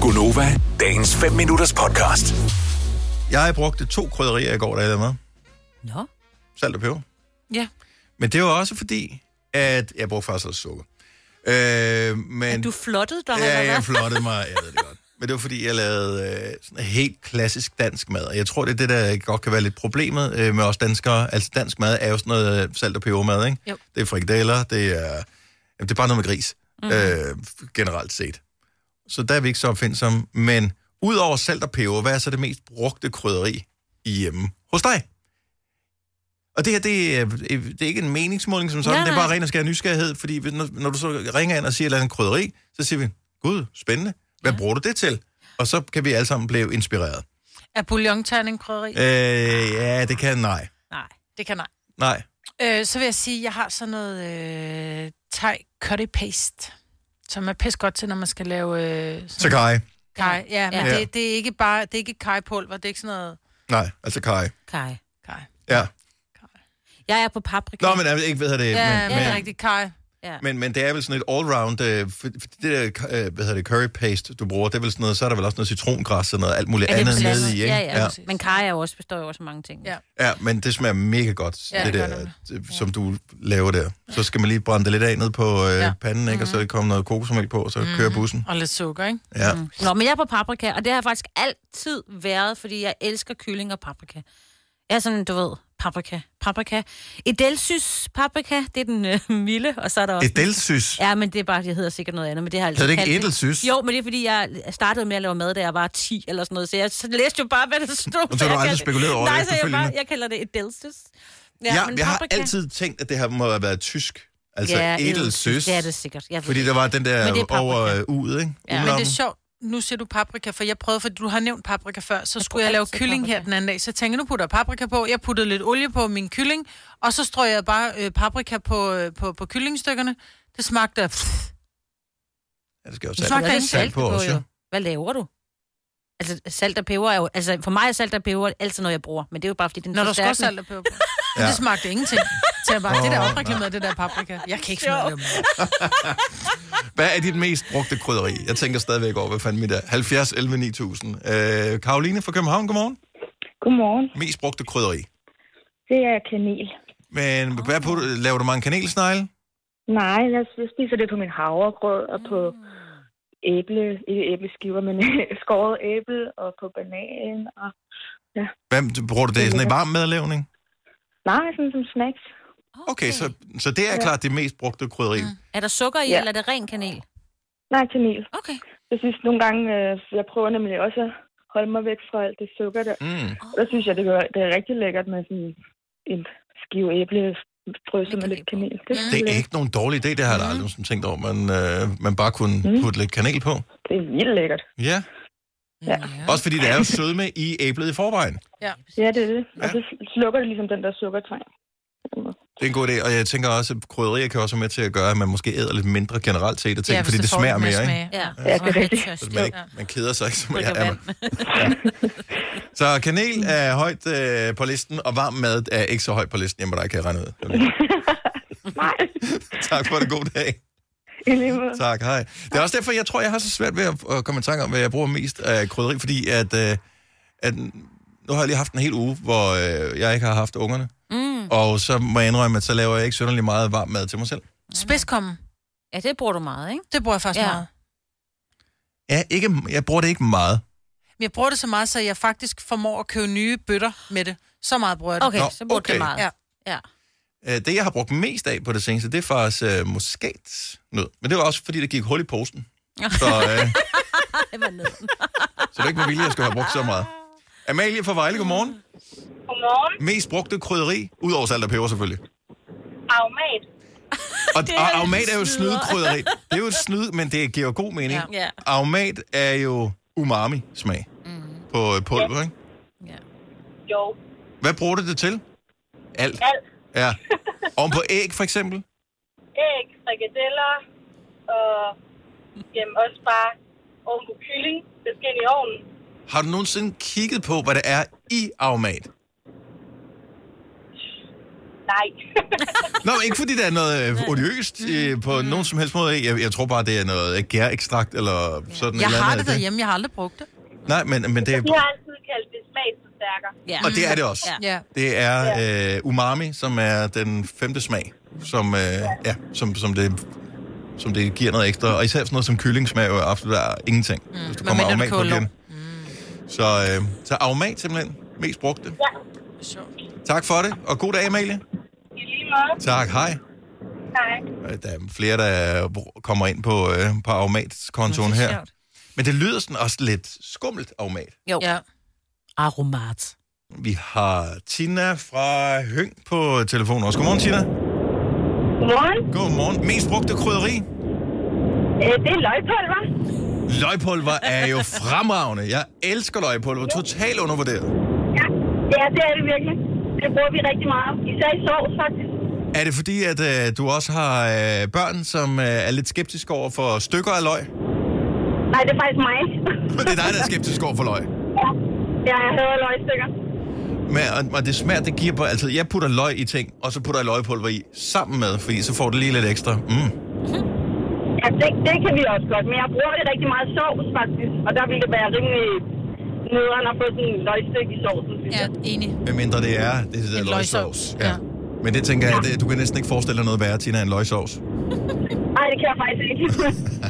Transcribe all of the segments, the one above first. Gunova, dagens 5 minutters podcast. Jeg brugte to krydderier i går, da jeg lavede mad. Nå. Salt og peber. Ja. Men det var også fordi, at jeg brugte faktisk også sukker. Øh, men Men, du flottede dig, eller ja, jeg hvad? flottede mig, jeg ved det godt. Men det var fordi, jeg lavede øh, sådan en helt klassisk dansk mad. Og jeg tror, det er det, der godt kan være lidt problemet øh, med os danskere. Altså dansk mad er jo sådan noget øh, salt og pebermad, ikke? Jo. Det er frikadeller, det er, jamen, det er bare noget med gris, Mhm. mm. øh, generelt set. Så der er vi ikke så opfindsomme. Men udover salt og peber, hvad er så det mest brugte krydderi i hjemme hos dig? Og det her, det er, det er ikke en meningsmåling som sådan, Nej, det er bare nej. ren og skær nysgerrighed, fordi hvis- når, når du så ringer ind og siger et eller andet krydderi, så siger vi, gud, spændende, hvad ja. bruger du det til? Og så kan vi alle sammen blive inspireret. Er bouillonterning krydderi? Øh. Øh, ja, det kan nej. Nej. Det kan nej. Nej. Øh, så vil jeg sige, at jeg har sådan noget øh, thai curry paste, som er pisse godt til, når man skal lave øh, Så sådan kaj. kaj. Ja, men Ja. ja. Det, det, er ikke bare, det er ikke kajpulver, det er ikke sådan noget Nej, altså kaj. Kai. kaj. Ja. Jeg er på paprika. Nå, men jeg ved ikke, hvad det er. men, Ja, men, det er men, rigtigt kaj. men, men det er vel sådan et allround, øh, for, for det der, øh, hvad hedder det, curry paste, du bruger, det er vel sådan noget, så er der vel også noget citrongræs og noget alt muligt Er det andet på nede landet? i, ikke? Ja, ja. ja. præcis. Men kaj er jo også, består jo også af mange ting. Ja. Ja, men det smager mega godt, ja, Ja, det det der, gør det det, som du laver der. Så skal man lige brænde det lidt af ned på øh, ja. Ja. panden, ikke? Og så kommer noget kokosmælk på, og så mm. kører bussen. Og lidt sukker, ikke? Ja. Mm. Mm. Nå, men jeg er på paprika, og det har jeg faktisk altid været, fordi jeg elsker kylling og paprika. Jeg er sådan, du ved, paprika, paprika. Edelsys paprika, det er den øh, milde, og så er der også... Edelsys. Ja. Ja, men det er bare, det hedder sikkert noget andet, men det har jeg altid Hedder det ikke kaldt edelsys? Jo, men det er fordi, jeg startede med at lave mad, da jeg var 10 eller sådan noget, så jeg så læste jo bare, hvad der stod. Og så har du Jeg aldrig kaldte- spekuleret over det Nej, så jeg, bare, efterfølgende? jeg kalder det edelsys. Ja, ja, jeg har altid tænkt, at det her må have været tysk. Altså ja, edelsys. Det er det sikkert. Jeg ved Fordi det. der var den der Men det er paprika. over øh, uget, ikke? Ja. Udelommen. Men det er sjovt. Nu siger du paprika, for jeg prøvede, for du har nævnt paprika før, så skulle jeg lave altid kylling paprika. her den anden dag, så tænkte jeg, nu putter jeg paprika på, jeg puttede lidt olie på min kylling, og så strøg jeg bare øh, paprika på, øh, på, på kyllingstykkerne. Det smagte af... Ja, det skal jo Du salt, smager salt, ikke salt på også, jo. Hvad laver du? Altså, salt og peber er jo... Altså, for mig er salt og peber altid noget, jeg bruger. Men det er jo bare, fordi den Når der skal forstærker- salt og peber på. Ja. Ja. Det smagte ingenting. Så jeg bare, det der Åh, er opreklameret, det der paprika. Jeg kan ikke Sjov. smage det. Hvad er dit mest brugte krydderi? Jeg tænker stadigvæk over, hvad fanden mit er. 70, 11, 9000. Øh, Karoline fra København, godmorgen. Godmorgen. Mest brugte krydderi. Det er kanel. Men hvad på, laver du mange kanelsnegle? Nej, jeg jeg spiser det på min havregrød og på æble, ikke æbleskiver, men skåret æble og på banan. Og... Hvem bruger du det? i Sådan en varm madlavning? Nej, sådan som snacks. Okay, så, så det er klart det mest brugte krydderi. Mm. Er der sukker i, ja. Ja. eller er det ren kanel? Nej, kanel. Okay. Jeg synes nogle gange, øh, jeg prøver nemlig også at holde mig væk fra alt det sukker der. Mm. Og der synes jeg, det, gør, det er rigtig lækkert med sådan en skive æble drysset med lidt kanel. Det, er Det er lækkert. ikke nogen dårlig idé, det har jeg da aldrig sådan tænkt over, men øh, man bare kunne mm. putte lidt kanel på. det er vildt lækkert. Ja. Ja. Også fordi der er jo sødme i æblet i forvejen. Ja, det er det. Og Ja. så slukker det ligesom den der sukkertræng. Det er en god idé, og jeg tænker også, at krydderier kan også være med til at gøre, at man måske æder lidt mindre generelt set af ting, ja, hvis fordi det får smager lidt mere, ikke? smag. Ja. Ja, det er rigtigt. Så Altså, man, ikke, man keder sig ikke, som jeg Drikker er. Så kanel er højt øh, på listen, og varm mad er ikke så højt på listen hjemme, der kan jeg regne ud. Nej, tak for det, god dag. i lige måde. Tak, hej. Det er også derfor, jeg tror, jeg har så svært ved at at komme i tanke om, hvad jeg bruger mest af krydderi, fordi at, øh, at nu har jeg lige haft en hel uge, hvor øh, jeg ikke har haft ungerne. Mm. Og så må jeg indrømme, at så laver jeg ikke synderlig meget varm mad til mig selv. Spidskommen, Ja, det bruger du meget, ikke? det bruger jeg faktisk Ja. ja. meget. Ja, ikke, jeg bruger det ikke meget. Men jeg bruger det så meget, så jeg faktisk formår at købe nye bøtter med det. Så meget bruger jeg det. Okay, Nå, Nå, så bruger okay. okay. det meget. Ja. ja. Øh, Det, jeg har brugt mest af på det seneste, det er faktisk øh, muskatnød. Men det var også, fordi det gik hul i posen. Så, øh, Det var ned. så det er ikke med vilje, jeg skulle have brugt så meget. Amalie fra Vejle, godmorgen. Godmorgen. Mest brugte krydderi, udover salt og peber selvfølgelig. Aromat. Og, Det er og jo aromat et er jo snyder. snydekrydderi. Det er jo et snyd, men det giver jo god mening. Ja. Mhm. Ja. Aromat er jo umami-smag mm. på øh, pulver, ikke? ja. Jo. Hvad bruger du det til? Alt. Alt. Ja. Oven på æg, for eksempel? Æg, frikadeller og jamen, også bare oven på kylling. Det skal ind i ovnen. Har du nogensinde kigget på, hvad der er i aromat? nej. Nå, men ikke fordi der er noget øh, odiøst Mm. øh, på nogen som helst måde. i. Jeg, jeg tror bare, det er noget øh, gærekstrakt eller sådan et Jeg eller har andet. det derhjemme, jeg har aldrig brugt det. Nej, men, men det er... Vi har altid kaldt det smagsforstærker. Ja. Og det er det også. Ja. Ja. Det er øh, umami, som er den femte smag, som, øh, ja, som, som, det, som det giver noget ekstra. Og især sådan noget som kyllingsmag er jo absolut er ingenting, mm. hvis du kommer medmindre aromat du Mm. på koger igen. Så, øh, så aromat simpelthen mest brugte. Ja, Tak for det, og god dag, Amalie. i lige måde. Tak, hej. Nej. Øh, Der er flere, der øh, kommer ind på, øh, på aromatkontoen her. sjovt. Men det lyder sådan også lidt skummelt aromat. Jo. Ja. Ja. Aromat. Vi har Tina fra Høng på telefonen også. Godmorgen, Tina. Godmorgen. Godmorgen. Mest brugte krydderi? Øh, det er løgpulver. Løgpulver er jo fremragende. Jeg elsker løgpulver. Totalt undervurderet. Ja, ja, det er det virkelig. Det bruger vi rigtig meget. Især i sovs, faktisk. Er det fordi, at øh, du også har øh, børn, som øh, er lidt skeptiske over for stykker af løg? Nej, det er faktisk mig. Det er dig, der er skeptisk over for løg. ja. ja, jeg hader løgstykker. Men, og, og det smager, det giver på... Altså, jeg putter løg i ting, og så putter jeg løgpulver i sammen med, fordi så får det lige lidt ekstra. Mm. Ja, det, det kan vi også godt, men jeg bruger det rigtig meget i sovs, faktisk. Og der ville det være rimelig nederen at få sådan en løgstik i sovsen, synes Ja, jeg. enig. Hvad mindre det er, det er En løgsovs. løgsovs, Ja. ja. Men det tænker jeg, det, du kan næsten ikke forestille dig noget værre, Tina, end løgsovs. Nej, det kan jeg faktisk ikke.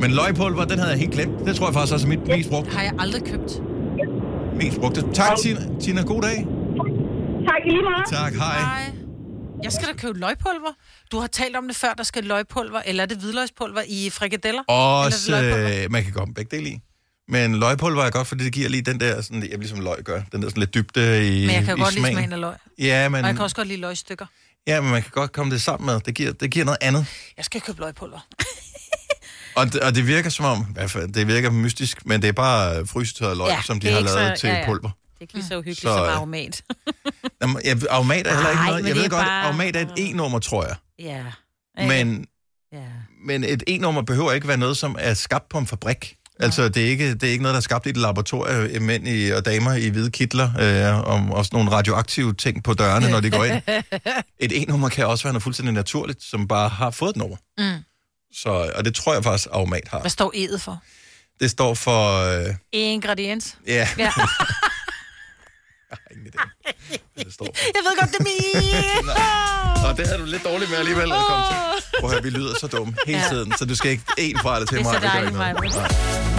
Men løgpulver, den havde jeg helt glemt. Det tror jeg faktisk også er mit mest brugte. Har jeg aldrig købt. Mest brugte. Tak, Tina. Tina, god dag. tak i lige meget. Tak, hej. Nej. Jeg skal da købe løgpulver. Du har talt om det før, der skal løgpulver, eller er det hvidløgspulver i frikadeller? Også, Eller løgpulver? øh, man kan godt begge dele i. Men løgpulver er godt, fordi det giver lige den der, sådan, jeg ligesom løg gør, den der sådan lidt dybde i Men jeg kan i godt lide smagen. smagen af løg. Ja men, Og jeg kan også godt lide løgstykker. ja, men man kan godt komme det sammen med. Det giver, det giver noget andet. Jeg skal købe løgpulver. Og det, og det virker som om, i hvert fald, det virker mystisk, men det er bare frysetørret løg, ja, som de det er har ikke lavet så- til ja, ja. pulver. Det er ikke lige så uhyggeligt Så, så, som øh, aromat. Jamen, ja, Aromat er heller ikke Ej, noget. men Jeg det ved er godt, bare- Aromat er et E-nummer, tror jeg. ja. Men, Ja. men et E-nummer behøver ikke være noget, som er skabt på en fabrik. Altså, det er, ikke, det er ikke noget, der er skabt i et laboratorium, øh, mænd i, og damer i hvide kitler, øh, og også nogle radioaktive ting på dørene, når de går ind. Et E-nummer kan også være noget fuldstændig naturligt, som bare har fået et nummer. Mm. Så, og det tror jeg faktisk, Aromat har. Hvad står E'et for? Det står for... Øh, Ingrediens. ja. ja. jeg Ja. har ingen idé, hvad det står for. Jeg ved godt, det er min. Og det havde du lidt dårligt med alligevel. at komme til. Prøv at høre, vi lyder så dumme hele Ja. tiden, så du skal ikke en fra det til Det er mig. så det gør dejligt, ikke noget. Maja. Nej.